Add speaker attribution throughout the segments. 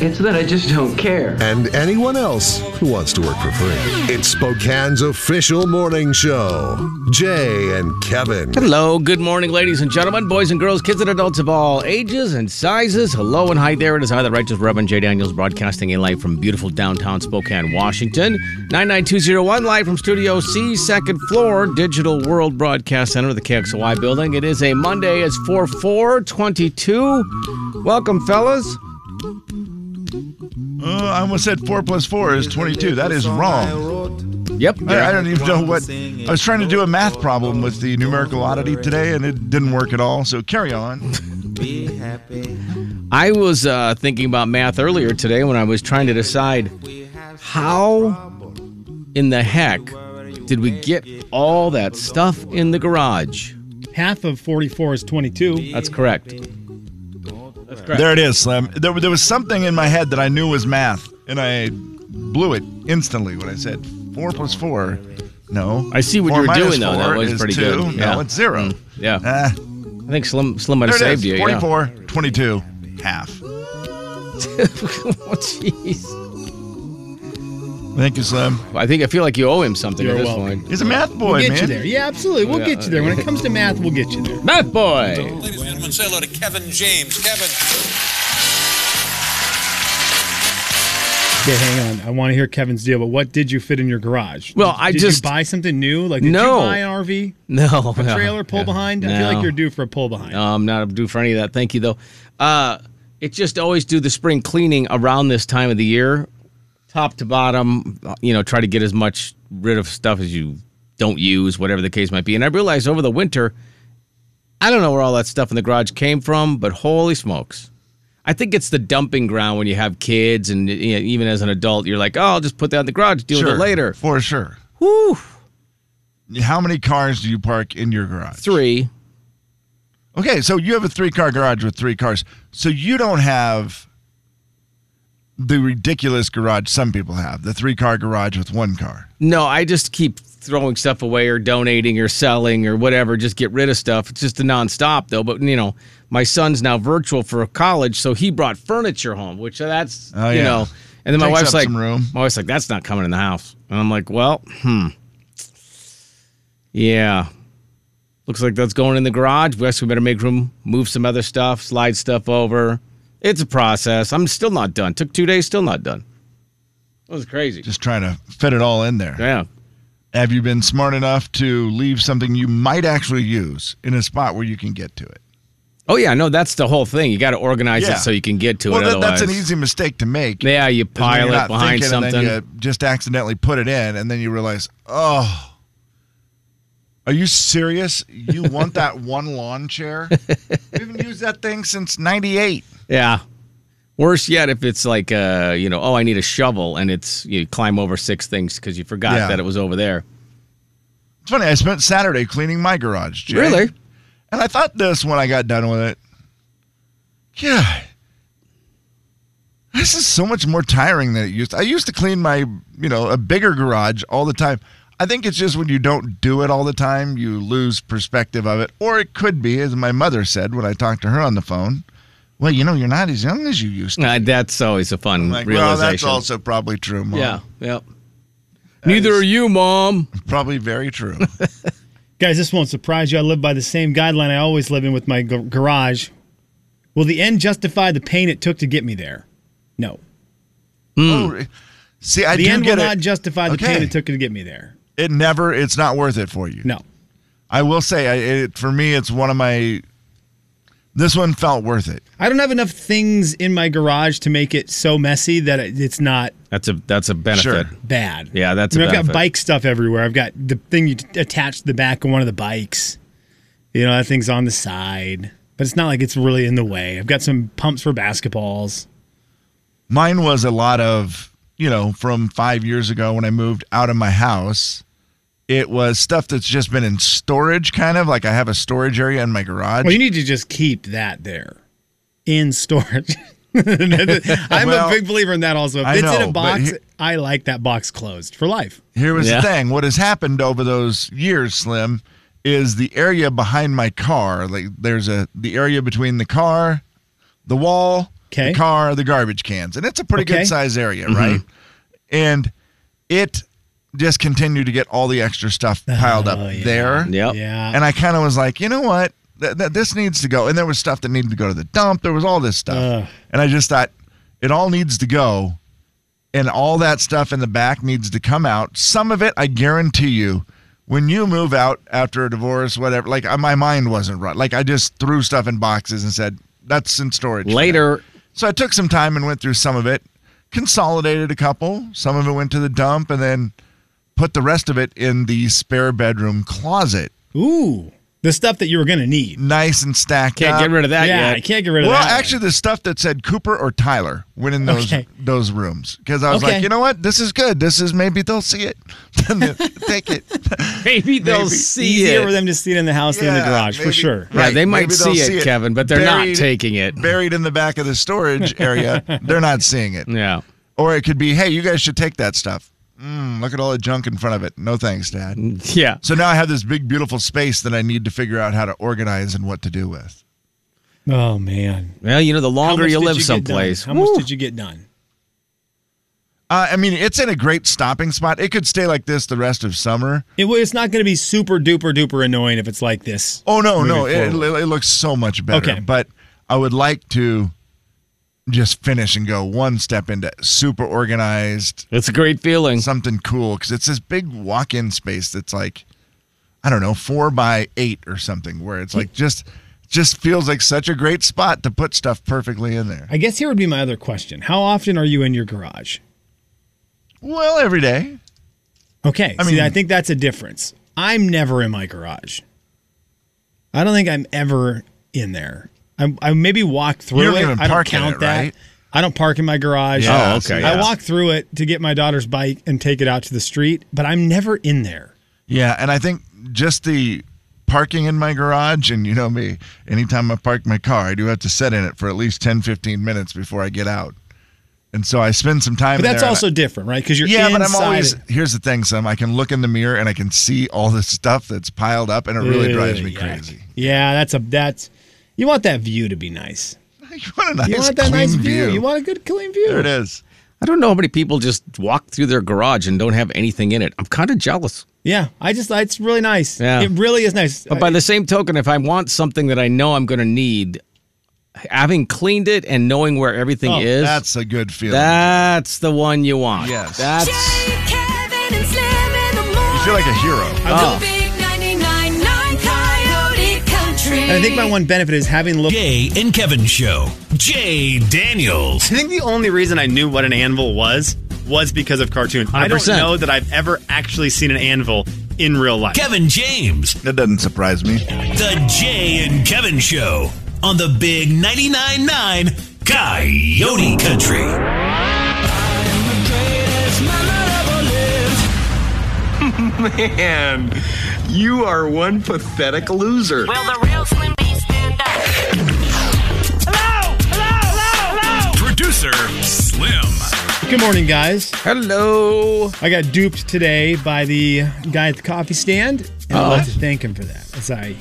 Speaker 1: It's that I just don't care.
Speaker 2: and anyone else who wants to work for free. It's Spokane's official morning show. Jay and Kevin.
Speaker 3: Hello, good morning, ladies and gentlemen, boys and girls, kids and adults of all ages and sizes. Hello and hi there. It is I, the Righteous Reverend Jay Daniels, broadcasting a live from beautiful downtown Spokane, Washington. 99201, live from Studio C, second floor, Digital World Broadcast Center, the KXOY building. It is a Monday. It's 4 4 22. Welcome, fellas.
Speaker 4: Uh, I almost said four plus four is twenty-two. That is wrong.
Speaker 3: Yep.
Speaker 4: I, I don't even know what. I was trying to do a math problem with the numerical oddity today, and it didn't work at all. So carry on.
Speaker 3: I was uh, thinking about math earlier today when I was trying to decide how in the heck did we get all that stuff in the garage?
Speaker 5: Half of 44 is 22.
Speaker 3: That's correct. That's correct.
Speaker 4: There it is, Slim. There, there was something in my head that I knew was math, and I blew it instantly when I said four plus four. No.
Speaker 3: I see what
Speaker 4: Four
Speaker 3: you were
Speaker 4: minus
Speaker 3: doing, though. That
Speaker 4: four
Speaker 3: was
Speaker 4: is
Speaker 3: pretty
Speaker 4: two.
Speaker 3: good. Yeah.
Speaker 4: No, it's zero.
Speaker 3: yeah.
Speaker 4: Ah,
Speaker 3: I think Slim Slim might
Speaker 4: there
Speaker 3: have
Speaker 4: it
Speaker 3: saved
Speaker 4: is.
Speaker 3: you. yeah.
Speaker 4: 44, 22, half.
Speaker 3: Oh, Jeez.
Speaker 4: Thank you, Slim.
Speaker 3: Well, I think I feel like you owe him something
Speaker 5: You're
Speaker 3: at this
Speaker 5: welcome.
Speaker 3: point.
Speaker 4: He's a math boy,
Speaker 5: We'll get
Speaker 4: man.
Speaker 5: you there. Yeah, absolutely. We'll
Speaker 3: Yeah.
Speaker 5: get you there. When it comes to math, we'll get you there.
Speaker 3: Math boy.
Speaker 6: Ladies and gentlemen, say hello to Kevin James. Kevin.
Speaker 5: Okay, hang on. I want to hear Kevin's deal, but what did you fit in your garage?
Speaker 3: Well,
Speaker 5: did,
Speaker 3: I
Speaker 5: did
Speaker 3: just-
Speaker 5: you buy something new? Like, did
Speaker 3: No.
Speaker 5: you buy an RV,
Speaker 3: No.
Speaker 5: a
Speaker 3: no.
Speaker 5: trailer, pull
Speaker 3: Yeah.
Speaker 5: behind? I feel
Speaker 3: No.
Speaker 5: like you're due for a pull behind.
Speaker 3: No, I'm not due for any of that. Thank you, though. Uh, it's just always do the spring cleaning around this time of the year, top to bottom. uh, You know, try to get as much rid of stuff as you don't use, whatever the case might be. And I realized over the winter, I don't know where all that stuff in the garage came from, but holy smokes. I think it's the dumping ground when you have kids, and you know, even as an adult, you're like, "Oh, I'll just put that in the garage, deal with
Speaker 4: Sure,
Speaker 3: it later."
Speaker 4: For sure.
Speaker 3: Whew,
Speaker 4: How many cars do you park in your garage?
Speaker 3: three.
Speaker 4: Okay, so you have a three car garage with three cars. So you don't have the ridiculous garage some people have, the three car garage with one car.
Speaker 3: No, I just keep throwing stuff away or donating or selling or whatever. Just get rid of stuff. It's just a nonstop though. But you know, my son's now virtual for college, so he brought furniture home, which that's
Speaker 4: Oh,
Speaker 3: you
Speaker 4: yeah.
Speaker 3: know. And then my
Speaker 4: Takes
Speaker 3: wife's
Speaker 4: up
Speaker 3: like,
Speaker 4: some room.
Speaker 3: my wife's like, that's not coming in the house. And I'm like, well, hmm, yeah. Looks like that's going in the garage. Guess we better make room, move some other stuff, slide stuff over. It's a process. I'm still not done. Took two days, still not done. That was crazy.
Speaker 4: Just trying to fit it all in there.
Speaker 3: yeah.
Speaker 4: Have you been smart enough to leave something you might actually use in a spot where you can get to it?
Speaker 3: Oh yeah, no, that's the whole thing. You got to organize
Speaker 4: Yeah.
Speaker 3: it so you can get to
Speaker 4: well,
Speaker 3: it.
Speaker 4: that,
Speaker 3: otherwise,
Speaker 4: that's an easy mistake to make.
Speaker 3: Yeah, you
Speaker 4: is when you're
Speaker 3: pile it
Speaker 4: not
Speaker 3: behind
Speaker 4: thinking
Speaker 3: something.
Speaker 4: And then you just accidentally put it in, and then you realize, oh, are you serious? You want that one lawn chair? We haven't used that thing since '98.
Speaker 3: yeah. Worse yet, if it's like, uh, you know, oh, I need a shovel, and it's you climb over six things because you forgot
Speaker 4: Yeah.
Speaker 3: that it was over there.
Speaker 4: It's funny. I spent Saturday cleaning my garage. Jay.
Speaker 3: Really?
Speaker 4: And I thought this when I got done with it. Yeah. This is so much more tiring than it used. I used to clean my, you know, a bigger garage all the time. I think it's just when you don't do it all the time, you lose perspective of it. Or it could be, as my mother said when I talked to her on the phone, well, you know, you're not as young as you used to.
Speaker 3: Uh, that's always a fun
Speaker 4: I'm like, well, that's
Speaker 3: realization.
Speaker 4: also probably true, Mom.
Speaker 3: yeah, yep. Neither
Speaker 4: is-
Speaker 3: are you, mom.
Speaker 4: Probably very
Speaker 5: Hmm.
Speaker 4: true.
Speaker 5: Guys, this won't surprise you. I live by the same guideline I always live in with my gar- garage. Will the end justify the pain it took to get me there? No.
Speaker 4: Oh, see, I
Speaker 5: The
Speaker 4: do
Speaker 5: end will
Speaker 4: get
Speaker 5: not
Speaker 4: it.
Speaker 5: justify the pain
Speaker 4: Okay.
Speaker 5: it took to get me there.
Speaker 4: it never, it's not worth it for you.
Speaker 5: No.
Speaker 4: I will say, I, it, for me, it's one of my. This one felt worth it.
Speaker 5: I don't have enough things in my garage to make it so messy that it- it's not
Speaker 3: That's a that's a benefit.
Speaker 4: Sure.
Speaker 5: Bad.
Speaker 3: Yeah, that's a
Speaker 5: I mean, I've
Speaker 3: benefit.
Speaker 5: got bike stuff everywhere. I've got the thing you t- attach to the back of one of the bikes. You know, that thing's on the side, but it's not like it's really in the way. I've got some pumps for basketballs.
Speaker 4: Mine was a lot of, you know, from five years ago when I moved out of my house. It was stuff that's just been in storage, kind of like I have a storage area in my garage.
Speaker 5: Well, you need to just keep that there in storage. I'm
Speaker 4: Well,
Speaker 5: a big believer in that also. If
Speaker 4: I
Speaker 5: it's in
Speaker 4: know, but
Speaker 5: a box,
Speaker 4: he-
Speaker 5: I like that box closed for life.
Speaker 4: Here was
Speaker 3: Yeah.
Speaker 4: the thing. What has happened over those years, Slim, is the area behind my car, like there's a the area between the car, the wall,
Speaker 5: Okay.
Speaker 4: the car, the garbage cans. And it's a pretty
Speaker 5: Okay. Mm-hmm.
Speaker 4: good size area, right? And it just continued to get all the extra stuff piled up
Speaker 5: Oh, yeah.
Speaker 4: there.
Speaker 3: Yep.
Speaker 5: Yeah.
Speaker 4: And I kind of was like, you know what? Th- th- this needs to go. And there was stuff that needed to go to the dump. There was all this stuff.
Speaker 5: Ugh.
Speaker 4: And I just thought, it all needs to go. And all that stuff in the back needs to come out. Some of it, I guarantee you, when you move out after a divorce, whatever, like I- my mind wasn't right. Like I just threw stuff in boxes and said, that's in storage. for now."
Speaker 3: Later,
Speaker 4: So I took some time and went through some of it, consolidated a couple. Some of it went to the dump and then put the rest of it in the spare bedroom closet
Speaker 5: Ooh, the stuff that you were going to need.
Speaker 4: nice and stacked
Speaker 3: can't
Speaker 4: up.
Speaker 3: get rid of that
Speaker 5: yeah,
Speaker 3: yet.
Speaker 5: I can't get rid of
Speaker 4: Well,
Speaker 5: that.
Speaker 4: actually, the stuff that said Cooper or Tyler went in those
Speaker 5: Okay.
Speaker 4: those rooms because I was
Speaker 5: Okay.
Speaker 4: like, you know what, this is good. This is maybe they'll see it, Then they'll take it.
Speaker 3: Maybe they'll
Speaker 4: Maybe.
Speaker 3: see
Speaker 5: easier for
Speaker 3: it.
Speaker 5: them to see it in the house than in the
Speaker 4: Yeah,
Speaker 5: garage, for
Speaker 4: maybe-
Speaker 5: sure.
Speaker 3: Yeah, they might
Speaker 4: maybe they'll
Speaker 3: see it, Kevin, but they're not taking it.
Speaker 4: Buried in the back of the storage area, they're not seeing it.
Speaker 3: Yeah.
Speaker 4: Or it could be, hey, you guys should take that stuff. Mm, look at all the junk in front of it. No thanks, Dad.
Speaker 3: Yeah.
Speaker 4: So now I have this big, beautiful space that I need to figure out how to organize and what to do with.
Speaker 5: Oh, man.
Speaker 3: Well, you know, the
Speaker 5: How
Speaker 3: longer
Speaker 5: much
Speaker 3: you
Speaker 5: did
Speaker 3: live
Speaker 5: get
Speaker 3: someplace,
Speaker 5: done? How much
Speaker 3: woo,
Speaker 5: did you get done?
Speaker 4: Uh, I mean, it's in a great stopping spot. It could stay like this the rest of summer.
Speaker 5: It, well, it's not going to be super duper duper annoying if it's like this.
Speaker 4: Oh no, no,
Speaker 5: moving
Speaker 4: it, it
Speaker 5: forward.
Speaker 4: looks so much better.
Speaker 5: Okay.
Speaker 4: But I would like to just finish and go one step into super organized,
Speaker 3: it's a great feeling.
Speaker 4: something cool because it's this big walk-in space that's like, I don't know, four by eight or something, where it's like just just feels like such a great spot to put stuff perfectly in there.
Speaker 5: I guess here would be my other question. How often are you in your garage?
Speaker 4: Well, every day.
Speaker 5: Okay. I
Speaker 4: I
Speaker 5: mean,
Speaker 4: mean-
Speaker 5: I think that's a difference. I'm never in my garage. I don't think I'm ever in there. I, I maybe walk through
Speaker 4: don't
Speaker 5: it.
Speaker 4: even
Speaker 5: I don't
Speaker 4: park in
Speaker 5: count
Speaker 4: it,
Speaker 5: that.
Speaker 4: right?
Speaker 5: I don't park in my garage.
Speaker 4: Yeah,
Speaker 3: Oh, okay,
Speaker 5: I
Speaker 3: yeah.
Speaker 5: walk through it to get my daughter's bike and take it out to the street, but I'm never in there.
Speaker 4: Yeah, and I think just the parking in my garage and you know me anytime i park my car i do have to sit in it for at least 10 15 minutes before i get out and so i spend some time
Speaker 5: But
Speaker 4: in
Speaker 5: that's
Speaker 4: there and
Speaker 5: also different, right? Because
Speaker 4: I-
Speaker 5: you're
Speaker 4: yeah but i'm
Speaker 5: inside
Speaker 4: always
Speaker 5: it.
Speaker 4: here's the thing sam i can look in the mirror and i can see all this stuff that's piled up and it really drives me
Speaker 5: Yuck.
Speaker 4: crazy
Speaker 5: Yeah, that's a that's. You want that view to be nice.
Speaker 4: you want a nice,
Speaker 5: You want that
Speaker 4: clean
Speaker 5: nice view. You want a good clean view.
Speaker 4: there it is
Speaker 3: I don't know how many people just walk through their garage and don't have anything in it. I'm kind of jealous.
Speaker 5: Yeah, I just it's really nice.
Speaker 3: Yeah.
Speaker 5: It really is nice.
Speaker 3: But by the same token, if I want something that I know I'm going to need, having cleaned it and knowing where everything
Speaker 5: Oh,
Speaker 3: is,
Speaker 4: that's a good feeling
Speaker 3: that's the one you want.
Speaker 4: Yes.
Speaker 3: That's
Speaker 7: Jay, Kevin, and Slim in the morning.
Speaker 4: you feel like a hero Oh.
Speaker 7: The big 99.9 Coyote Country.
Speaker 5: And I think my one benefit is having looked.
Speaker 8: Jay and Kevin Show. Jay Daniels.
Speaker 9: I think the only reason I knew what an anvil was was because of cartoons. I don't
Speaker 3: 100%.
Speaker 9: know that I've ever actually seen an anvil in real life.
Speaker 8: Kevin James.
Speaker 4: that doesn't surprise me
Speaker 8: The Jay and Kevin Show on the Big 99.9 9 Coyote Country.
Speaker 10: Man, you are one pathetic loser.
Speaker 1: Will the real Slim Beast stand up?
Speaker 8: Producer Slim.
Speaker 5: Good morning, guys.
Speaker 3: hello.
Speaker 5: I got duped today by the guy at the coffee stand, and I'd
Speaker 3: Uh-huh.
Speaker 5: like to thank him for that. As I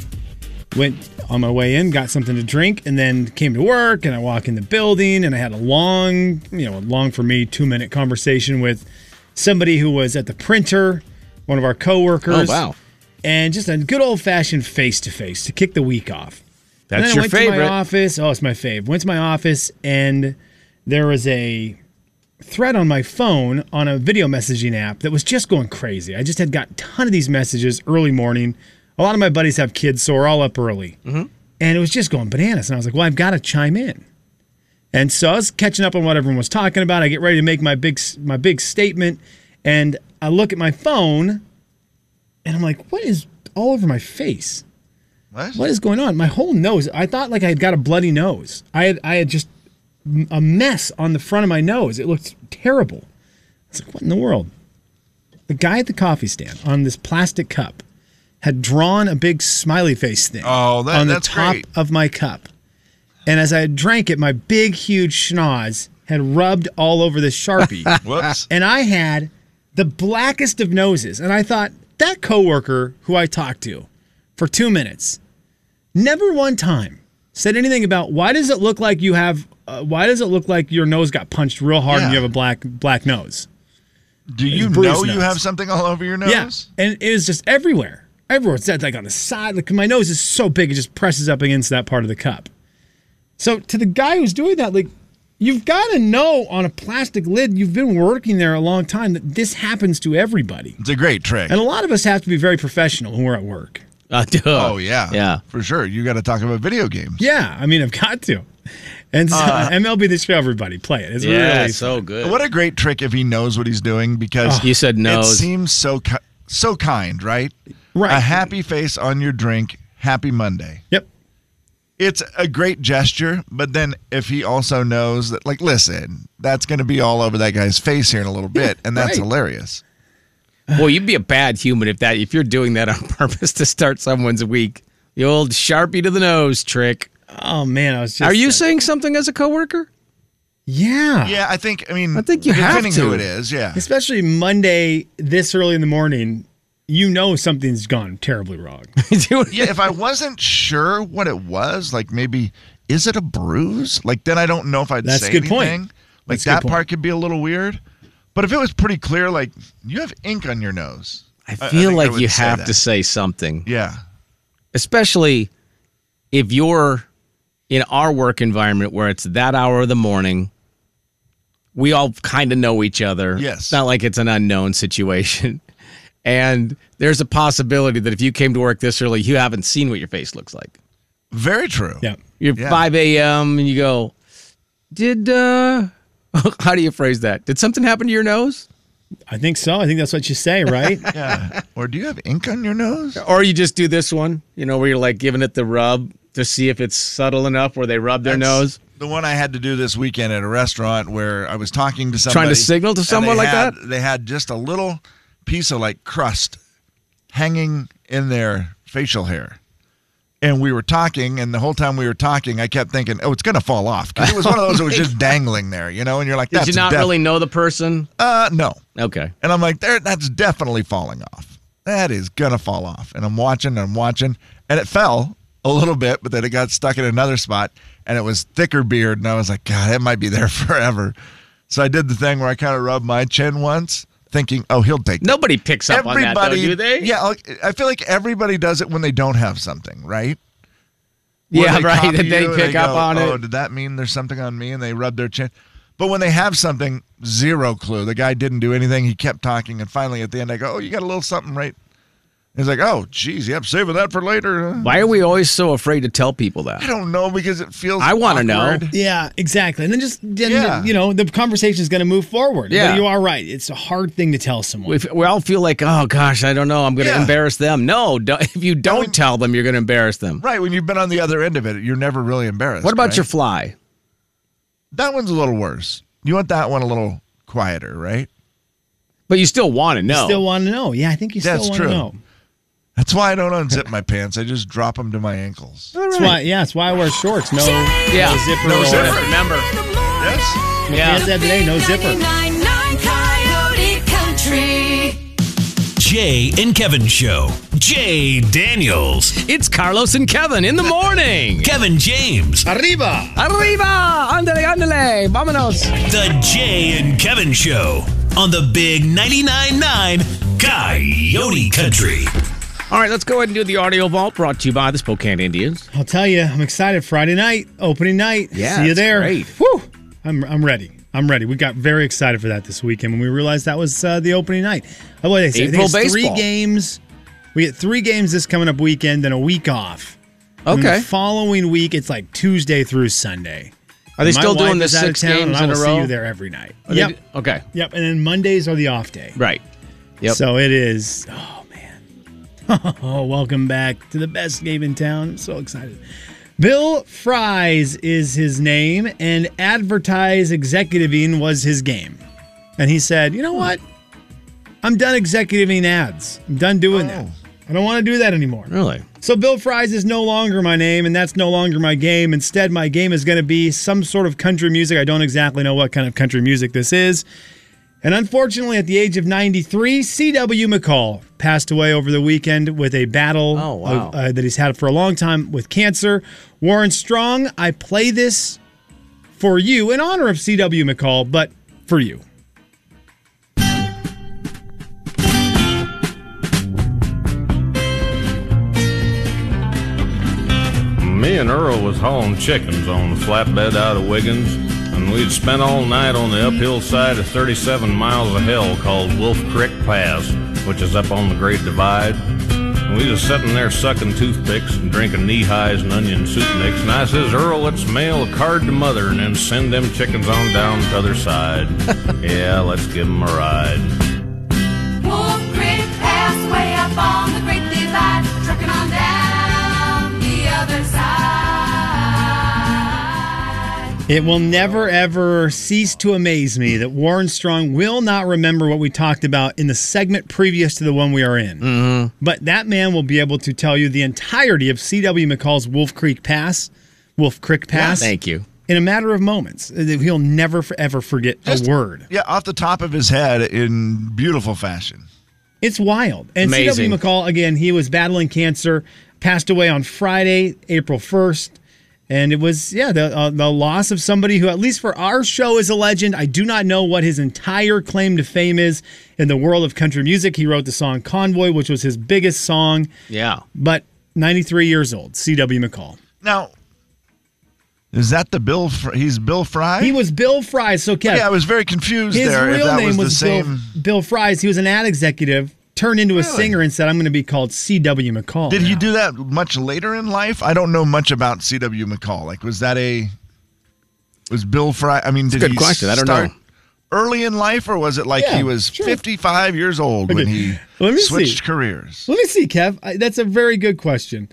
Speaker 5: went on my way in, got something to drink, and then came to work, and I walk in the building, and I had a long, you know, long for me two minute conversation with somebody who was at the printer, one of our
Speaker 3: Oh
Speaker 5: coworkers.
Speaker 3: wow,
Speaker 5: and just a good old fashioned face to face to kick the week off.
Speaker 3: that's
Speaker 5: And then I
Speaker 3: your
Speaker 5: went
Speaker 3: favorite.
Speaker 5: To my office. Oh, it's my fave. Went to my office and there was a thread on my phone on a video messaging app that was just going crazy. I just had got a ton of these messages early morning. A lot of my buddies
Speaker 3: Mm-hmm.
Speaker 5: have kids, so we're all up early. And it was just going bananas. And I was like, well, I've got to chime in. And so I was catching up on what everyone was talking about. I get ready to make my big s- my big statement, and I look at my phone, and I'm like, "What is all over my face?
Speaker 4: What?
Speaker 5: What is going on? My whole nose. I thought like I had got a bloody nose. I had I had just m- a mess on the front of my nose. It looked terrible. I was like, "What in the world?" The guy at the coffee stand on this plastic cup had drawn a big smiley face thing
Speaker 4: Oh, that-
Speaker 5: on the
Speaker 4: that's
Speaker 5: top
Speaker 4: great.
Speaker 5: of my cup. And as I drank it, my big, huge schnoz had rubbed all over the Sharpie.
Speaker 4: Whoops.
Speaker 5: And I had the blackest of noses. And I thought, that coworker who I talked to for two minutes never one time said anything about why does it look like you have, uh, why does it look like your nose got punched real hard and you
Speaker 4: Yeah.
Speaker 5: have a black, black nose?
Speaker 4: Do you
Speaker 5: Bruised
Speaker 4: know you
Speaker 5: nose.
Speaker 4: have something all over your nose?
Speaker 5: Yeah, and it was just everywhere. Everywhere. It's that, like on the side. Like my nose is so big, it just presses up against that part of the cup. So to the guy who's doing that, like you've got to know on a plastic lid, you've been working there a long time that this happens to everybody.
Speaker 4: It's a great trick.
Speaker 5: And a lot of us have to be very professional when we're at work.
Speaker 4: Oh yeah, yeah, for sure. You got to talk about video games.
Speaker 5: Yeah, I mean I've got to. And so,
Speaker 4: Uh,
Speaker 5: MLB the Show, everybody play it. It's really
Speaker 3: good.
Speaker 4: What a great trick if he knows what he's doing because
Speaker 3: Oh. You said
Speaker 4: It
Speaker 3: nose.
Speaker 4: seems so ki- so kind, right?
Speaker 5: Right.
Speaker 4: A happy face on your drink. Happy Monday.
Speaker 5: Yep.
Speaker 4: It's a great gesture, but then if he also knows that, like, listen, that's going to be all over that guy's face here in a little bit, and that's
Speaker 3: right.
Speaker 4: hilarious.
Speaker 3: Boy, you'd be a bad human if that if you're doing that on purpose to start someone's week. The old sharpie to the nose trick.
Speaker 5: Oh man, I was just
Speaker 3: Are you saying something as a coworker?
Speaker 5: Yeah.
Speaker 4: Yeah, I think. I mean,
Speaker 3: I think you have
Speaker 4: depending who
Speaker 3: to.
Speaker 4: it is. Yeah.
Speaker 5: Especially Monday this early in the morning, you know something's gone terribly wrong.
Speaker 4: yeah, if I wasn't sure what it was, like maybe is it a bruise? Like then I don't know if I'd
Speaker 5: That's
Speaker 4: say
Speaker 5: a good point.
Speaker 4: anything. Like
Speaker 5: That's a good
Speaker 4: that
Speaker 5: point.
Speaker 4: part could be a little weird. But if it was pretty clear, like you have ink on your nose.
Speaker 3: I
Speaker 4: I
Speaker 3: feel
Speaker 4: think I
Speaker 3: like
Speaker 4: would
Speaker 3: you
Speaker 4: say
Speaker 3: have
Speaker 4: that.
Speaker 3: to say something.
Speaker 4: Yeah.
Speaker 3: Especially if you're in our work environment where it's that hour of the morning. We all kind of know each other.
Speaker 4: Yes.
Speaker 3: It's not like it's an unknown situation. And there's a possibility that if you came to work this early, you haven't seen what your face looks like.
Speaker 4: Very true.
Speaker 5: Yeah.
Speaker 3: You're
Speaker 4: Yeah.
Speaker 3: 5 a.m. and you go, Did, uh, how do you phrase that? Did something happen to your nose?
Speaker 5: I think so. I think that's what you say, right?
Speaker 4: Yeah. or do you have ink on your nose?
Speaker 3: Or you just do this one, you know, where you're like giving it the rub to see if it's subtle enough where they rub their
Speaker 4: That's
Speaker 3: nose.
Speaker 4: The one I had to do this weekend at a restaurant where I was talking to somebody
Speaker 3: Trying to signal to
Speaker 4: and
Speaker 3: someone
Speaker 4: they
Speaker 3: like
Speaker 4: had-
Speaker 3: that?
Speaker 4: They had just a little piece of like crust hanging in their facial hair. And we were talking, and the whole time we were talking, I kept thinking, "Oh, it's gonna fall off." 'Cause it was one of those that was just dangling there, you know. And you're like,
Speaker 3: Did
Speaker 4: "That's
Speaker 3: you not
Speaker 4: def-
Speaker 3: really know the person?
Speaker 4: Uh, no.
Speaker 3: Okay.
Speaker 4: And I'm like, "There, that's definitely falling off. That is gonna fall off." And I'm watching, and I'm watching, and it fell a little bit, but then it got stuck in another spot, and it was thicker beard, and I was like, "God, it might be there forever." So I did the thing where I kind of rubbed my chin once, thinking, "Oh, he'll take." that."
Speaker 3: Nobody picks up on that, though, do they?
Speaker 4: Yeah, like, I feel like everybody does it when they don't have something, right? Where
Speaker 3: Yeah,
Speaker 4: they
Speaker 3: right,
Speaker 4: copy
Speaker 3: that they
Speaker 4: you and
Speaker 3: pick up
Speaker 4: go,
Speaker 3: on
Speaker 4: oh,
Speaker 3: it."
Speaker 4: did that mean there's something on me? And they rub their chin. But when they have something, zero clue. The guy didn't do anything. He kept talking, and finally at the end, I go, "Oh, you got a little something, right?" And He's like, "Oh, geez, yep, saving that for later." Uh,
Speaker 3: Why are we always so afraid to tell people that?
Speaker 4: I don't know because it feels.
Speaker 3: I wanna know.
Speaker 4: awkward.
Speaker 5: yeah, exactly. And then just then
Speaker 4: Yeah.
Speaker 5: you know the conversation is going to move forward.
Speaker 3: Yeah.
Speaker 5: But you are right. It's a hard thing to tell someone.
Speaker 3: We, f- we all feel like, oh gosh, I don't know. I'm going to
Speaker 4: Yeah.
Speaker 3: embarrass them. No, do if you don't tell them, you're going to embarrass them.
Speaker 4: Right when you've been on the other end of it, you're never really embarrassed.
Speaker 3: What about
Speaker 4: right?
Speaker 3: your fly?
Speaker 4: That one's a little worse. You want that one a little quieter, right?
Speaker 3: But you still want to
Speaker 5: You
Speaker 3: know.
Speaker 5: still want to know. Yeah, I think you still
Speaker 4: That's
Speaker 5: want to
Speaker 4: true.
Speaker 5: know.
Speaker 4: That's why I don't unzip my pants. I just drop them to my ankles.
Speaker 5: That's why. Yeah, that's why I wear shorts. No,
Speaker 3: Yeah.
Speaker 5: no zipper.
Speaker 4: No
Speaker 5: or
Speaker 4: zipper.
Speaker 5: whatever.
Speaker 3: Remember.
Speaker 4: Yes.
Speaker 5: My
Speaker 3: Yeah.
Speaker 5: pants had today, no zipper.
Speaker 7: 99.9 Coyote Country.
Speaker 8: Jay and Kevin Show. Jay Daniels.
Speaker 3: It's Carlos and Kevin in the morning.
Speaker 8: Kevin James.
Speaker 5: Arriba.
Speaker 3: Arriba! Andale, andale! Vamonos!
Speaker 8: The Jay and Kevin Show on the Big 99.9 9 Coyote Country.
Speaker 3: All right, let's go ahead and do the audio vault brought to you by the Spokane Indians.
Speaker 5: I'll tell you, I'm excited. Friday night, opening night.
Speaker 3: Yeah,
Speaker 5: see you
Speaker 3: it's
Speaker 5: there.
Speaker 3: great.
Speaker 5: Whew. I'm I'm ready. I'm ready. We got very excited for that this weekend when we realized that was uh, the opening night. Uh, what did I say? I think
Speaker 3: April
Speaker 5: it's
Speaker 3: baseball.
Speaker 5: Three games. We get three games this coming up weekend, then a week off. And then
Speaker 3: Okay.
Speaker 5: the following week, it's like Tuesday through Sunday.
Speaker 3: Are they
Speaker 5: My
Speaker 3: still doing
Speaker 5: wife
Speaker 3: the
Speaker 5: is out of
Speaker 3: six
Speaker 5: town, and
Speaker 3: games
Speaker 5: I
Speaker 3: in
Speaker 5: will
Speaker 3: a
Speaker 5: See
Speaker 3: row?
Speaker 5: you there every night.
Speaker 3: Are they
Speaker 5: yep.
Speaker 3: d- okay.
Speaker 5: Yep. And then Mondays are the off day.
Speaker 3: Right. Yep.
Speaker 5: So it is. Oh man. Oh, welcome back to the best game in town. I'm so excited. Bill Fries is his name, and advertise executiving was his game. And he said, "You know what? I'm done executiving ads. I'm done doing that. I don't want to do that anymore."
Speaker 3: Really?
Speaker 5: So Bill Fries is no longer my name, and that's no longer my game. Instead, my game is going to be some sort of country music. I don't exactly know what kind of country music this is. And unfortunately, at the age of 93, C.W. McCall passed away over the weekend with a battle
Speaker 3: wow.
Speaker 5: of, uh, that he's had for a long time with cancer. Warren Strong, I play this for you in honor of C.W. McCall, but for you.
Speaker 11: Me and Earl was hauling chickens on the flatbed out of Wiggins, and we'd spent all night on the uphill side of 37 miles of hell called Wolf Creek Pass, which is up on the Great Divide. And we was sitting there sucking toothpicks and drinking knee highs and onion soup mix, and I says, Earl, let's mail a card to Mother and then send them chickens on down to other side. yeah, let's give 'em a ride.
Speaker 7: Wolf Creek Pass, way up on the Great Divide, trucking on down the other side.
Speaker 5: It will never ever cease to amaze me that Warren Strong will not remember what we talked about in the segment previous to the one we are in.
Speaker 3: Mm-hmm.
Speaker 5: But that man will be able to tell you the entirety of C.W. McCall's Wolf Creek Pass, Wolf Creek Pass.
Speaker 3: thank you.
Speaker 5: In a matter of moments, Uh, he'll never f- ever forget a word.
Speaker 4: Yeah, off the top of his head in beautiful fashion.
Speaker 5: It's wild. And
Speaker 4: Amazing.
Speaker 5: C.W. McCall again, he was battling cancer, passed away on Friday, April first. And it was, yeah, the, uh, the loss of somebody who, at least for our show, is a legend. I do not know what his entire claim to fame is in the world of country music. He wrote the song Convoy, which was his biggest song,
Speaker 3: Yeah.
Speaker 5: but 93 years old, C.W. McCall.
Speaker 4: Now, is that the Bill? Fr- he's Bill Fry. He
Speaker 5: was Bill Fry. So Kev,
Speaker 4: yeah, I was very confused
Speaker 5: His
Speaker 4: there.
Speaker 5: real
Speaker 4: if that
Speaker 5: name
Speaker 4: was,
Speaker 5: was,
Speaker 4: the same.
Speaker 5: Bill, Bill Fries. He was an ad executive, turned into a
Speaker 4: Really?
Speaker 5: singer, and said, I'm going to be called C.W. McCall.
Speaker 4: Did he do that much later in life? I don't know much about C.W. McCall. Like, was that a was Bill Fry? I mean,
Speaker 3: It's a
Speaker 4: did
Speaker 3: good
Speaker 4: he
Speaker 3: question. I don't
Speaker 4: start
Speaker 3: know.
Speaker 4: early in life, or was it like
Speaker 5: Yeah,
Speaker 4: he was
Speaker 5: sure.
Speaker 4: 55 years old when
Speaker 5: Okay.
Speaker 4: he
Speaker 5: Let me see.
Speaker 4: switched careers?
Speaker 5: Let me see, Kev. I, that's a very good question.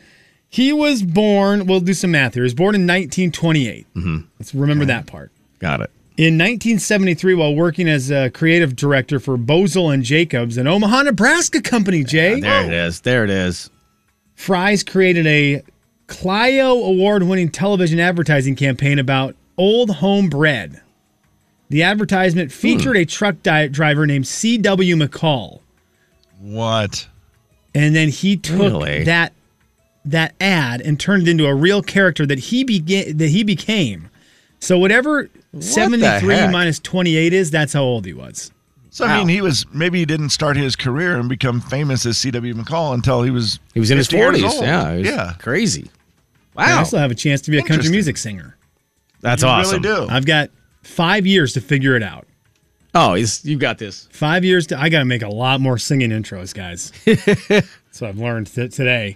Speaker 5: He was born, we'll do some math here. He was born in 1928.
Speaker 3: Mm-hmm.
Speaker 5: Let's remember that part.
Speaker 3: Got it.
Speaker 5: In 1973, while working as a creative director for Bozel and Jacobs, an Omaha, Nebraska company, Jay.
Speaker 3: There it is. There it is.
Speaker 5: Fries created a Clio award winning television advertising campaign about old home bread. The advertisement featured a truck di- driver named C.W. McCall.
Speaker 4: What?
Speaker 5: And then he took
Speaker 4: Really?
Speaker 5: that that ad and turned it into a real character that he began that he became. So whatever
Speaker 4: the
Speaker 5: 73
Speaker 4: heck?
Speaker 5: minus 28 is, that's how old he was.
Speaker 4: So I mean, he was maybe he didn't start his career and become famous as C.W. McCall until he was
Speaker 3: He was in his
Speaker 4: 50 years
Speaker 3: 40s.
Speaker 4: old.
Speaker 3: Yeah. it was
Speaker 4: yeah.
Speaker 3: Crazy.
Speaker 5: Man,
Speaker 3: Wow.
Speaker 5: I still have a chance to be a country
Speaker 3: Interesting.
Speaker 5: music singer.
Speaker 3: That's You really awesome. do.
Speaker 5: I've got five years to figure it out.
Speaker 3: Oh, he's, you got this.
Speaker 5: Five years to, I got to make a lot more singing intros, guys. That's what I've learned t- today.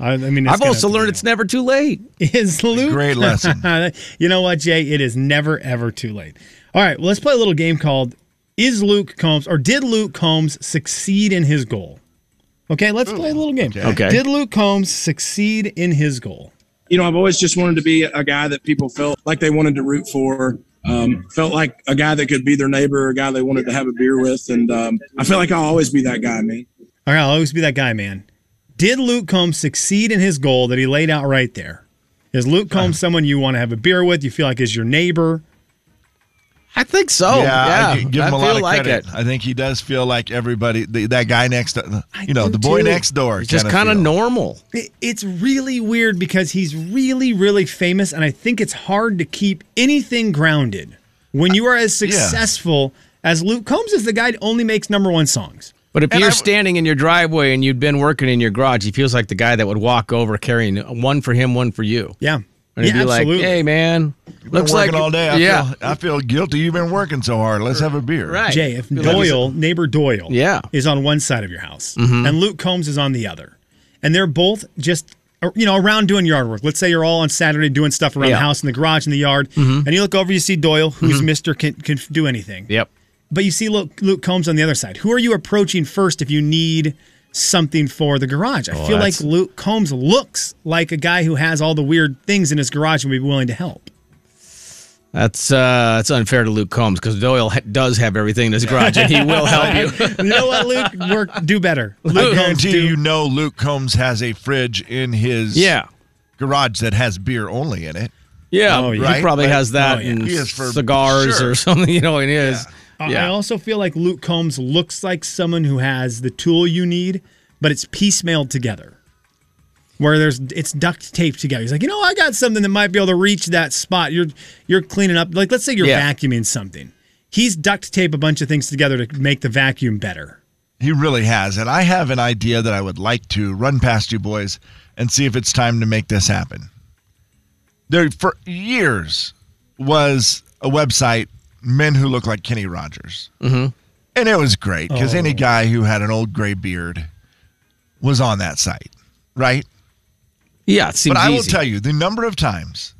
Speaker 5: I, I mean,
Speaker 3: I've also learned it's never too late.
Speaker 5: Is Luke
Speaker 3: Great lesson.
Speaker 5: you know what, Jay? It is never ever too late. All right, well, let's play a little game called "Is Luke Combs" or "Did Luke Combs succeed in his goal?" Okay, let's play a little game.
Speaker 12: Okay.
Speaker 5: Did Luke Combs succeed in his goal?
Speaker 12: You know, I've always just wanted to be a guy that people felt like they wanted to root for. Um, felt like a guy that could be their neighbor, a guy they wanted to have a beer with, and um, I feel like I'll always be that guy, man.
Speaker 5: All right, I'll always be that guy, man. Did Luke Combs succeed in his goal that he laid out right there? Is Luke Combs someone you want to have a beer with? You feel like is your neighbor?
Speaker 3: I think so.
Speaker 4: I gi- give him a lot of credit. I think he does feel like everybody, the, that guy next, to, you know, the boy
Speaker 5: too.
Speaker 4: next door.
Speaker 5: He's just
Speaker 4: kinda
Speaker 5: kinda
Speaker 4: feel.
Speaker 3: normal.
Speaker 5: It- It's really weird because he's really, really famous, and I think it's hard to keep anything grounded when you are as successful as Luke Combs is. The guy who only makes number one songs.
Speaker 3: But if you're standing in your driveway and you'd been working in your garage, he feels like the guy that would walk over carrying one for him, one for you.
Speaker 5: Yeah.
Speaker 3: And he'd
Speaker 4: Yeah,
Speaker 3: be
Speaker 4: absolutely.
Speaker 3: like, hey, man,
Speaker 4: You've been
Speaker 3: looks
Speaker 4: working
Speaker 3: like.
Speaker 4: all day. I
Speaker 3: yeah.
Speaker 4: Feel, I feel guilty. You've been working so hard. Let's have a beer.
Speaker 5: Jay, if
Speaker 4: Feel like it's-
Speaker 5: Doyle, neighbor Doyle, yeah. is on one side of your house
Speaker 3: Mm-hmm.
Speaker 4: Mhm.
Speaker 5: and Luke Combs is on the other, and they're both just or, you know, around doing yard work. Let's say you're all on Saturday doing stuff around
Speaker 3: Yeah. Mm-hmm.
Speaker 5: the house, in the garage, in the yard,
Speaker 3: Mhm.
Speaker 5: and you look over, you see Doyle, who's Mister can, can do anything.
Speaker 3: Yep.
Speaker 5: But you see Luke, Luke Combs on the other side. Who are you approaching first if you need something for the garage? I
Speaker 3: Oh,
Speaker 5: feel like
Speaker 3: that's-
Speaker 5: Luke Combs looks like a guy who has all the weird things in his garage and would be willing to help.
Speaker 3: That's uh, that's unfair to Luke Combs because Doyle ha- does have everything in his garage and he will help you.
Speaker 5: you know what, Luke? Work, do better.
Speaker 4: I guarantee you, you know Luke Combs has a fridge in his
Speaker 3: Yeah.
Speaker 4: garage that has beer only in it.
Speaker 3: Yeah,
Speaker 4: Oh,
Speaker 3: he
Speaker 4: yeah.
Speaker 3: probably
Speaker 4: Right?
Speaker 3: has that
Speaker 4: Oh, yeah.
Speaker 3: and
Speaker 4: He is for
Speaker 3: cigars
Speaker 4: sure.
Speaker 3: or something. You know, in his.
Speaker 5: I-
Speaker 3: Yeah.
Speaker 5: Uh, I also feel like Luke Combs looks like someone who has the tool you need, but it's piecemealed together. Where there's it's duct taped together. He's like, you know, I got something that might be able to reach that spot. You're you're cleaning up. Like, let's say you're
Speaker 4: Yeah.
Speaker 5: vacuuming something. He's duct tape a bunch of things together to make the vacuum better.
Speaker 4: He really has. And I have an idea that I would like to run past you boys and see if it's time to make this happen. There, for years, was a website, Men Who Look Like Kenny Rogers.
Speaker 3: Mm-hmm.
Speaker 4: And it was great because any guy who had an old gray beard was on that site, right?
Speaker 3: Yeah, it seems
Speaker 4: But I will
Speaker 3: easy.
Speaker 4: tell you the number of times,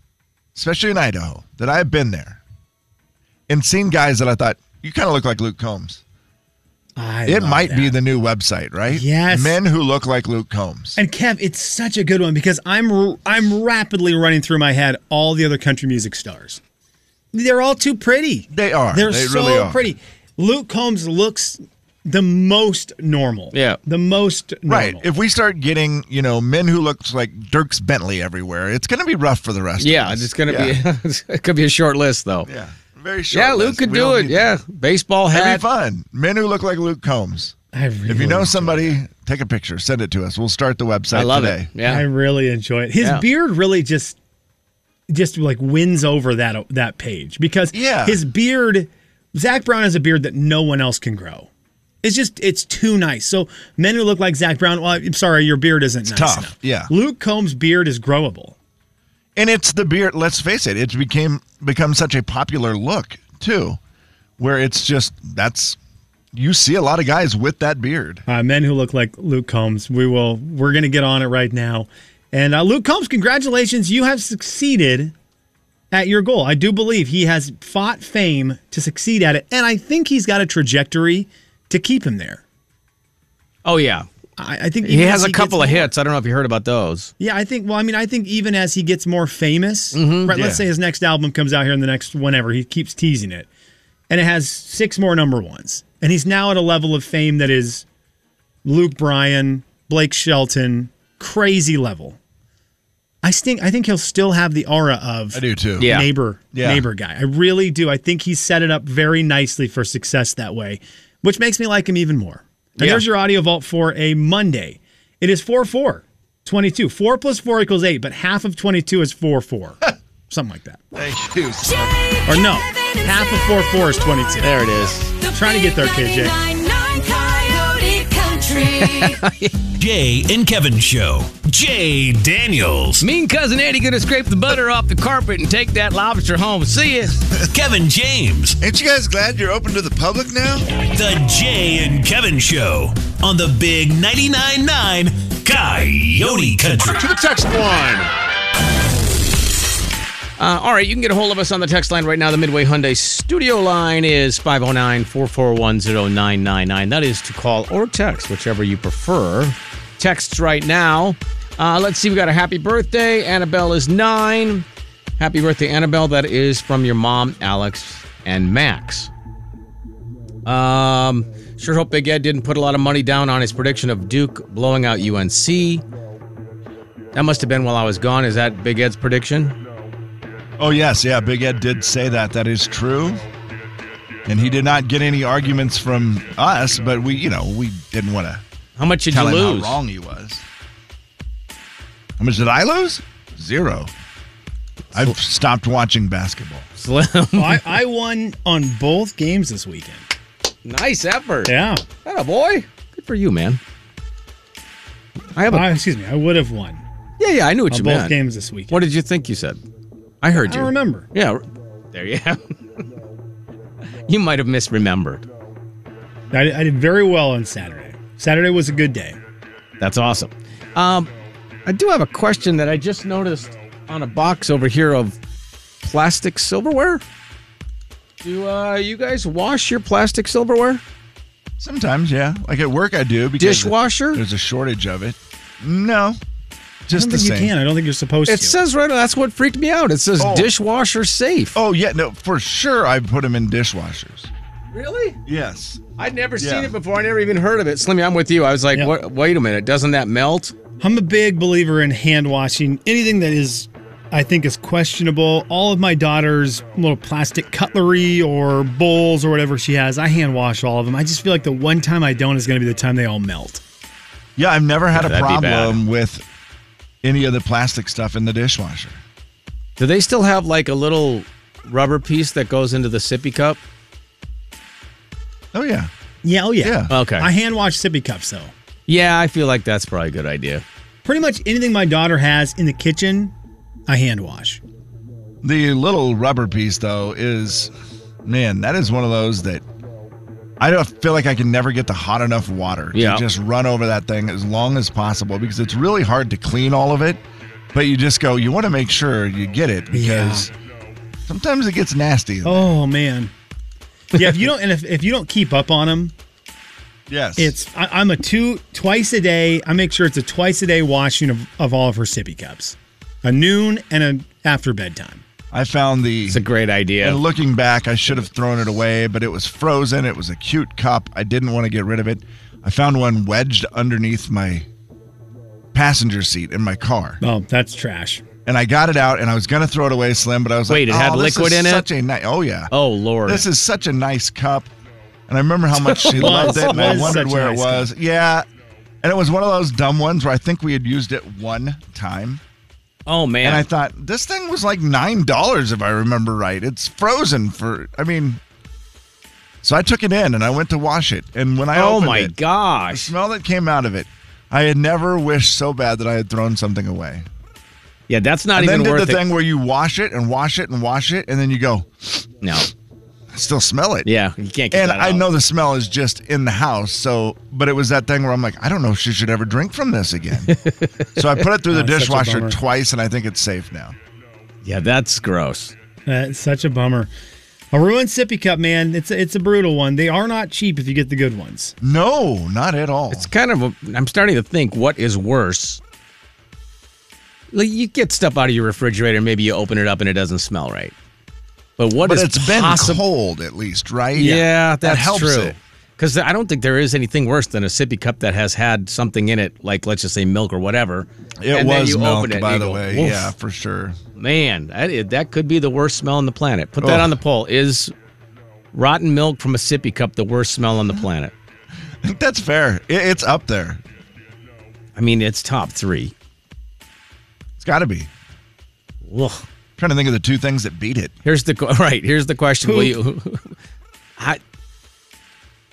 Speaker 4: especially in Idaho, that I have been there and seen guys that I thought, you kind of look like Luke Combs.
Speaker 5: I
Speaker 4: it
Speaker 5: love
Speaker 4: might
Speaker 5: that.
Speaker 4: be the new website, right?
Speaker 5: Yes.
Speaker 4: Men who look like Luke Combs.
Speaker 5: And Kev, it's such a good one because I'm r- I'm rapidly running through my head all the other country music stars. They're all too pretty.
Speaker 4: They are.
Speaker 5: They're
Speaker 4: They
Speaker 5: so
Speaker 4: really are.
Speaker 5: pretty. Luke Combs looks the most normal.
Speaker 4: Yeah.
Speaker 5: The most normal.
Speaker 4: Right. If we start getting, you know, men who look like Dirks Bentley everywhere, it's going to be rough for the rest
Speaker 3: Yeah,
Speaker 4: of us.
Speaker 3: it's gonna be it could be a short list though.
Speaker 4: Yeah. Very short.
Speaker 3: Yeah, Luke
Speaker 4: list.
Speaker 3: could
Speaker 4: We
Speaker 3: do
Speaker 4: don't
Speaker 3: it.
Speaker 4: need
Speaker 3: Yeah, baseball
Speaker 4: That'd
Speaker 3: hat.
Speaker 4: be fun. Men who look like Luke Combs.
Speaker 5: I really
Speaker 4: if you know somebody, take a picture, send it to us. We'll start the website
Speaker 3: I love
Speaker 4: today.
Speaker 3: it. Yeah.
Speaker 5: I really enjoy it. His
Speaker 4: Yeah.
Speaker 5: beard really just just like wins over that that page because
Speaker 4: Yeah.
Speaker 5: his beard Zach Brown has a beard that no one else can grow. It's just it's too nice. So men who look like Zach Brown, well, I'm sorry, your beard isn't nice
Speaker 4: tough.
Speaker 5: enough.
Speaker 4: Yeah.
Speaker 5: Luke Combs' beard is growable.
Speaker 4: And it's the beard, let's face it, it's became become such a popular look too, where it's just that's you see a lot of guys with that beard.
Speaker 5: Uh, men who look like Luke Combs. We will. We're going to get on it right now. And uh, Luke Combs, congratulations! You have succeeded at your goal. I do believe he has fought fame to succeed at it, and I think he's got a trajectory to keep him there.
Speaker 3: Oh yeah.
Speaker 5: I, I think
Speaker 3: he
Speaker 5: even
Speaker 3: has
Speaker 5: as
Speaker 3: a
Speaker 5: he
Speaker 3: couple of
Speaker 5: gets more-
Speaker 3: hits. I don't know if you heard about those.
Speaker 5: Yeah, I think. Well, I mean, I think even as he gets more famous,
Speaker 4: Mm-hmm.
Speaker 5: right?
Speaker 3: Yeah.
Speaker 5: Let's say his next album comes out here in the next whenever. He keeps teasing it, and it has six more number ones, and he's now at a level of fame that is Luke Bryan, Blake Shelton, crazy level. I think I think he'll still have the aura of
Speaker 4: I do too. Yeah.
Speaker 5: neighbor
Speaker 4: Yeah.
Speaker 5: neighbor guy. I really do. I think he's set it up very nicely for success that way, which makes me like him even more. And
Speaker 3: Yeah.
Speaker 5: there's your audio vault for a Monday. It is 4 4, 22. 4 plus 4 equals 8, but half of 22 is 4 4. Something like that.
Speaker 4: Thank you.
Speaker 5: Or no, half of 4 4 is 22. There it is. Trying to get there, KJ. Oh,
Speaker 8: Jay and Kevin Show. Jay Daniels.
Speaker 3: Mean cousin Eddie gonna scrape the butter off the carpet and take that lobster home. See ya.
Speaker 8: Kevin James.
Speaker 13: Ain't you guys glad you're open to the public now?
Speaker 8: The Jay and Kevin Show on the Big 99.9 9 Coyote Country.
Speaker 4: To the text line.
Speaker 3: Uh, all right, you can get a hold of us on the text line right now. The Midway Hyundai studio line is 509 441 0999. That is to call or text, whichever you prefer. Texts right now. Uh, let's see, we got a happy birthday. Annabelle is nine. Happy birthday, Annabelle. That is from your mom, Alex, and Max. Um, sure hope Big Ed didn't put a lot of money down on his prediction of Duke blowing out UNC. That must have been while I was gone. Is that Big Ed's prediction?
Speaker 4: Oh yes, yeah, Big Ed did say that. That is true. And he did not get any arguments from us, but we, you know, we didn't want to.
Speaker 3: How much did
Speaker 4: tell
Speaker 3: you
Speaker 4: him
Speaker 3: lose?
Speaker 4: How wrong he was. How much did I lose? Zero. I've stopped watching basketball.
Speaker 5: Well, I, I won on both games this weekend.
Speaker 3: Nice effort.
Speaker 5: Yeah.
Speaker 3: That a boy. Good for you, man. I have a.
Speaker 5: Uh, excuse me. I would have won.
Speaker 3: yeah, yeah, I knew what
Speaker 5: on
Speaker 3: you
Speaker 5: both
Speaker 3: meant.
Speaker 5: games this weekend.
Speaker 3: What did you think you said? I heard
Speaker 5: I
Speaker 3: you.
Speaker 5: don't remember.
Speaker 3: Yeah, r- there you have. you might have misremembered.
Speaker 5: I, I did very well on Saturday. Saturday was a good day.
Speaker 3: That's awesome. Um, I do have a question that I just noticed on a box over here of plastic silverware. Do uh, you guys wash your plastic silverware?
Speaker 4: Sometimes, yeah. Like at work, I do. Because
Speaker 3: Dishwasher?
Speaker 4: There's a shortage of it. No. Just the
Speaker 5: think you
Speaker 4: same.
Speaker 5: can. I don't think you're supposed
Speaker 3: It
Speaker 5: to.
Speaker 3: says right. That's what freaked me out. It says
Speaker 4: Oh.
Speaker 3: dishwasher safe.
Speaker 4: Oh yeah, no, for sure. I put them in dishwashers.
Speaker 3: Really?
Speaker 4: Yes.
Speaker 3: I'd never
Speaker 4: Yeah.
Speaker 3: seen it before. I never even heard of it. Slimmy, I'm with you. I was like, what, wait a minute. Doesn't that melt?
Speaker 5: I'm a big believer in hand washing. Anything that is, I think, is questionable. All of my daughter's little plastic cutlery or bowls or whatever she has, I hand wash all of them. I just feel like the one time I don't is going to be the time they all melt.
Speaker 4: Yeah, I've never had
Speaker 5: Yeah,
Speaker 4: a
Speaker 5: that'd be bad.
Speaker 4: problem with any of the plastic stuff in the dishwasher.
Speaker 3: Do they still have like a little rubber piece that goes into the sippy cup?
Speaker 4: Oh yeah.
Speaker 5: Yeah. Oh yeah.
Speaker 3: Okay.
Speaker 5: I hand wash sippy cups though.
Speaker 3: yeah, I feel like that's probably a good idea.
Speaker 5: Pretty much anything my daughter has in the kitchen, I hand wash.
Speaker 4: The little rubber piece though is, man, that is one of those that I don't feel like I can never get the hot enough water
Speaker 3: Yeah.
Speaker 4: to just run over that thing as long as possible because it's really hard to clean all of it. But you just go, you want to make sure you get it because sometimes it gets nasty.
Speaker 5: Oh man. Yeah. If you don't, and if, if you don't keep up on them,
Speaker 4: Yes.
Speaker 5: It's I, I'm a two twice a day. I make sure it's a twice a day washing of, of all of her sippy cups, a noon and a after bedtime.
Speaker 4: I found the. It's a
Speaker 3: great idea.
Speaker 4: And looking back, I should have thrown it away, but it was frozen. It was a cute cup. I didn't want to get rid of it. I found one wedged underneath my passenger seat in my car.
Speaker 5: Oh, that's trash.
Speaker 4: And I got it out, and I was gonna throw it away, Slim, but I was
Speaker 3: Wait, it
Speaker 4: like,
Speaker 3: had
Speaker 4: "Oh, this
Speaker 3: liquid
Speaker 4: is
Speaker 3: in it?
Speaker 4: such A ni- oh yeah.
Speaker 3: Oh lord.
Speaker 4: This is such a nice cup. And I remember how much she loved it, and I
Speaker 5: Was
Speaker 4: wondered
Speaker 5: such a
Speaker 4: where
Speaker 5: nice
Speaker 4: it was.
Speaker 5: cup.
Speaker 4: Yeah. And it was one of those dumb ones where I think we had used it one time.
Speaker 3: Oh man.
Speaker 4: And I thought this thing was like nine dollars if I remember right. It's frozen for I mean So I took it in and I went to wash it. And when I
Speaker 3: Oh
Speaker 4: opened
Speaker 3: my
Speaker 4: it,
Speaker 3: gosh.
Speaker 4: the smell that came out of it, I had never wished so bad that I had thrown something away.
Speaker 3: Yeah, that's not
Speaker 4: and
Speaker 3: even
Speaker 4: then did
Speaker 3: worth
Speaker 4: the
Speaker 3: it.
Speaker 4: thing where you wash it and wash it and wash it, and then you go,
Speaker 3: No.
Speaker 4: I still smell it.
Speaker 3: Yeah, you can't get
Speaker 4: And
Speaker 3: that
Speaker 4: I
Speaker 3: out.
Speaker 4: know the smell is just in the house, so but it was that thing where I'm like, I don't know if she should ever drink from this again. so I put it through the
Speaker 5: Oh, such a
Speaker 4: dishwasher
Speaker 5: bummer.
Speaker 4: twice, and I think it's safe now.
Speaker 3: Yeah, that's gross.
Speaker 5: That's such a bummer. A ruined sippy cup, man. It's a, it's a brutal one. They are not cheap if you get the good ones.
Speaker 4: No, not at all.
Speaker 3: It's kind of. A, I'm starting to think what is worse. Like you get stuff out of your refrigerator, maybe you open it up and it doesn't smell right. But what
Speaker 4: but
Speaker 3: is
Speaker 4: it's been
Speaker 3: possible?
Speaker 4: cold at least, right?
Speaker 3: Yeah, that's
Speaker 4: that helps
Speaker 3: true.
Speaker 4: it.
Speaker 3: Because I don't think there is anything worse than a sippy cup that has had something in it, like let's just say milk or whatever.
Speaker 4: It
Speaker 3: and then
Speaker 4: was
Speaker 3: you
Speaker 4: milk,
Speaker 3: open it and
Speaker 4: by
Speaker 3: you
Speaker 4: the
Speaker 3: go,
Speaker 4: way.
Speaker 3: "Oof."
Speaker 4: Yeah, for sure.
Speaker 3: Man, that, is, that could be the worst smell on the planet. Put that
Speaker 4: Oh.
Speaker 3: on the poll. Is rotten milk from a sippy cup the worst smell on the planet?
Speaker 4: I think that's fair. It, it's up there.
Speaker 3: I mean, it's top three.
Speaker 4: It's got to be.
Speaker 3: Ugh.
Speaker 4: trying to think of the two things that beat it.
Speaker 3: Here's the que- right. Here's the question. Will you? I,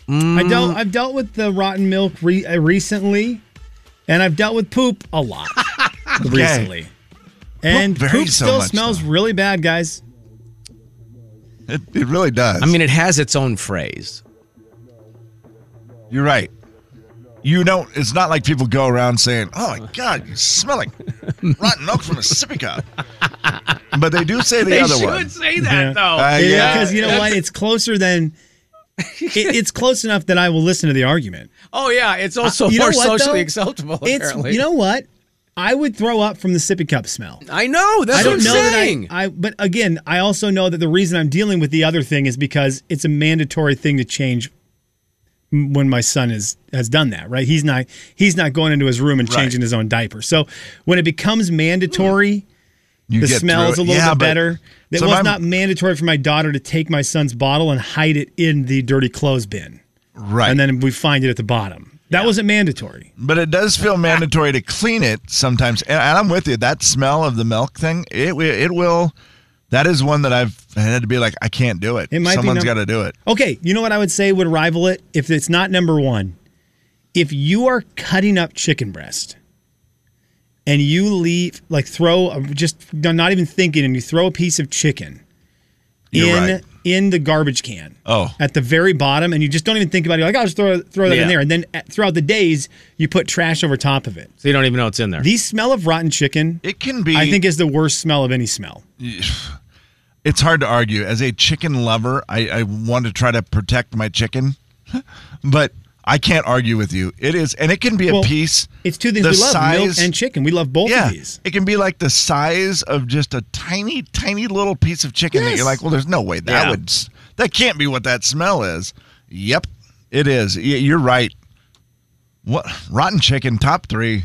Speaker 4: Mm.
Speaker 5: I dealt, I've dealt with the rotten milk re- uh, recently, and I've dealt with poop a lot recently. And
Speaker 4: varies
Speaker 5: poop,
Speaker 4: so
Speaker 5: still
Speaker 4: much,
Speaker 5: smells really bad, guys.
Speaker 4: It, it really does.
Speaker 3: I mean, it has its own phrase.
Speaker 4: You're right. You don't. It's not like people go around saying, "Oh my God, you're smelling rotten milk from a sippy cup." But they do say the
Speaker 3: They
Speaker 4: other
Speaker 3: should
Speaker 4: one.
Speaker 3: say that though.
Speaker 4: Uh, yeah.
Speaker 5: because you know what? It's closer than. it, it's close enough that I will listen to the argument.
Speaker 3: Oh yeah, it's also
Speaker 5: Uh, you know
Speaker 3: more
Speaker 5: what, though?
Speaker 3: socially acceptable.
Speaker 5: It's
Speaker 3: apparently.
Speaker 5: you know what? I would throw up from the sippy cup smell.
Speaker 3: I know. That's
Speaker 5: I
Speaker 3: what
Speaker 5: don't
Speaker 3: I'm
Speaker 5: know
Speaker 3: saying.
Speaker 5: that I, I. But again, I also know that the reason I'm dealing with the other thing is because it's a mandatory thing to change m- when my son is has done that. Right? He's not he's not going into his room and
Speaker 4: Right.
Speaker 5: changing his own diaper. So when it becomes mandatory,
Speaker 4: You
Speaker 5: the
Speaker 4: get
Speaker 5: smell
Speaker 4: through
Speaker 5: is
Speaker 4: it.
Speaker 5: a little
Speaker 4: Yeah,
Speaker 5: bit
Speaker 4: but
Speaker 5: better. It
Speaker 4: so
Speaker 5: was
Speaker 4: I'm-
Speaker 5: not mandatory for my daughter to take my son's bottle and hide it in the dirty clothes bin.
Speaker 4: Right.
Speaker 5: And then we find it at the bottom. That wasn't mandatory.
Speaker 4: But it does feel mandatory to clean it sometimes. And and I'm with you. That smell of the milk thing, it wi- it will. That is one that I've had to be like, I can't do it.
Speaker 5: It might be
Speaker 4: Someone's
Speaker 5: num-
Speaker 4: got to do it.
Speaker 5: Okay, you know what I would say would rival it if it's not number one. If you are cutting up chicken breast and you leave, like throw, just not even thinking, and you throw a piece of chicken
Speaker 4: You're
Speaker 5: in
Speaker 4: right.
Speaker 5: in the garbage can.
Speaker 4: Oh.
Speaker 5: At the very bottom, and you just don't even think about it. You're like, I'll just throw throw that
Speaker 3: Yeah.
Speaker 5: in there. And then at, throughout the days, you put trash over top of it.
Speaker 3: So you don't even know it's in there.
Speaker 5: The smell of rotten chicken.
Speaker 4: It can be.
Speaker 5: I think is the worst smell of any smell.
Speaker 4: It's hard to argue. As a chicken lover, I, I want to try to protect my chicken, but I can't argue with you. It is, and it can be a
Speaker 5: Well,
Speaker 4: piece.
Speaker 5: It's two things
Speaker 4: the
Speaker 5: we love: milk
Speaker 4: size-
Speaker 5: and chicken. We love both
Speaker 4: yeah,
Speaker 5: of these.
Speaker 4: it can be like the size of just a tiny, tiny little piece of chicken that
Speaker 5: Yes.
Speaker 4: you're like, well, there's no way that
Speaker 5: Yeah.
Speaker 4: would, s- that can't be what that smell is. Yep, it is. Y- You're right. What rotten chicken? Top three.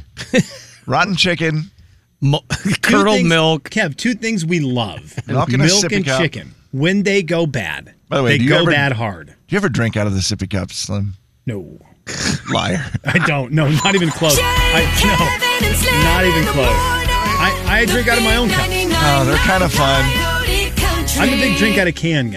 Speaker 4: rotten chicken.
Speaker 5: Two things- Kev, two things we love:
Speaker 4: Milk and a sippy
Speaker 5: and
Speaker 4: cup.
Speaker 5: chicken. When they go bad,
Speaker 4: By the way,
Speaker 5: they
Speaker 4: do you
Speaker 5: go
Speaker 4: ever-
Speaker 5: bad hard.
Speaker 4: Do you ever drink out of the sippy cup, Slim?
Speaker 5: No.
Speaker 4: Liar.
Speaker 5: I don't. No, not even close. I, no, not even close. I, I drink out of my own cup.
Speaker 4: Oh, they're kind of fun.
Speaker 5: I'm a big drink out of can guy.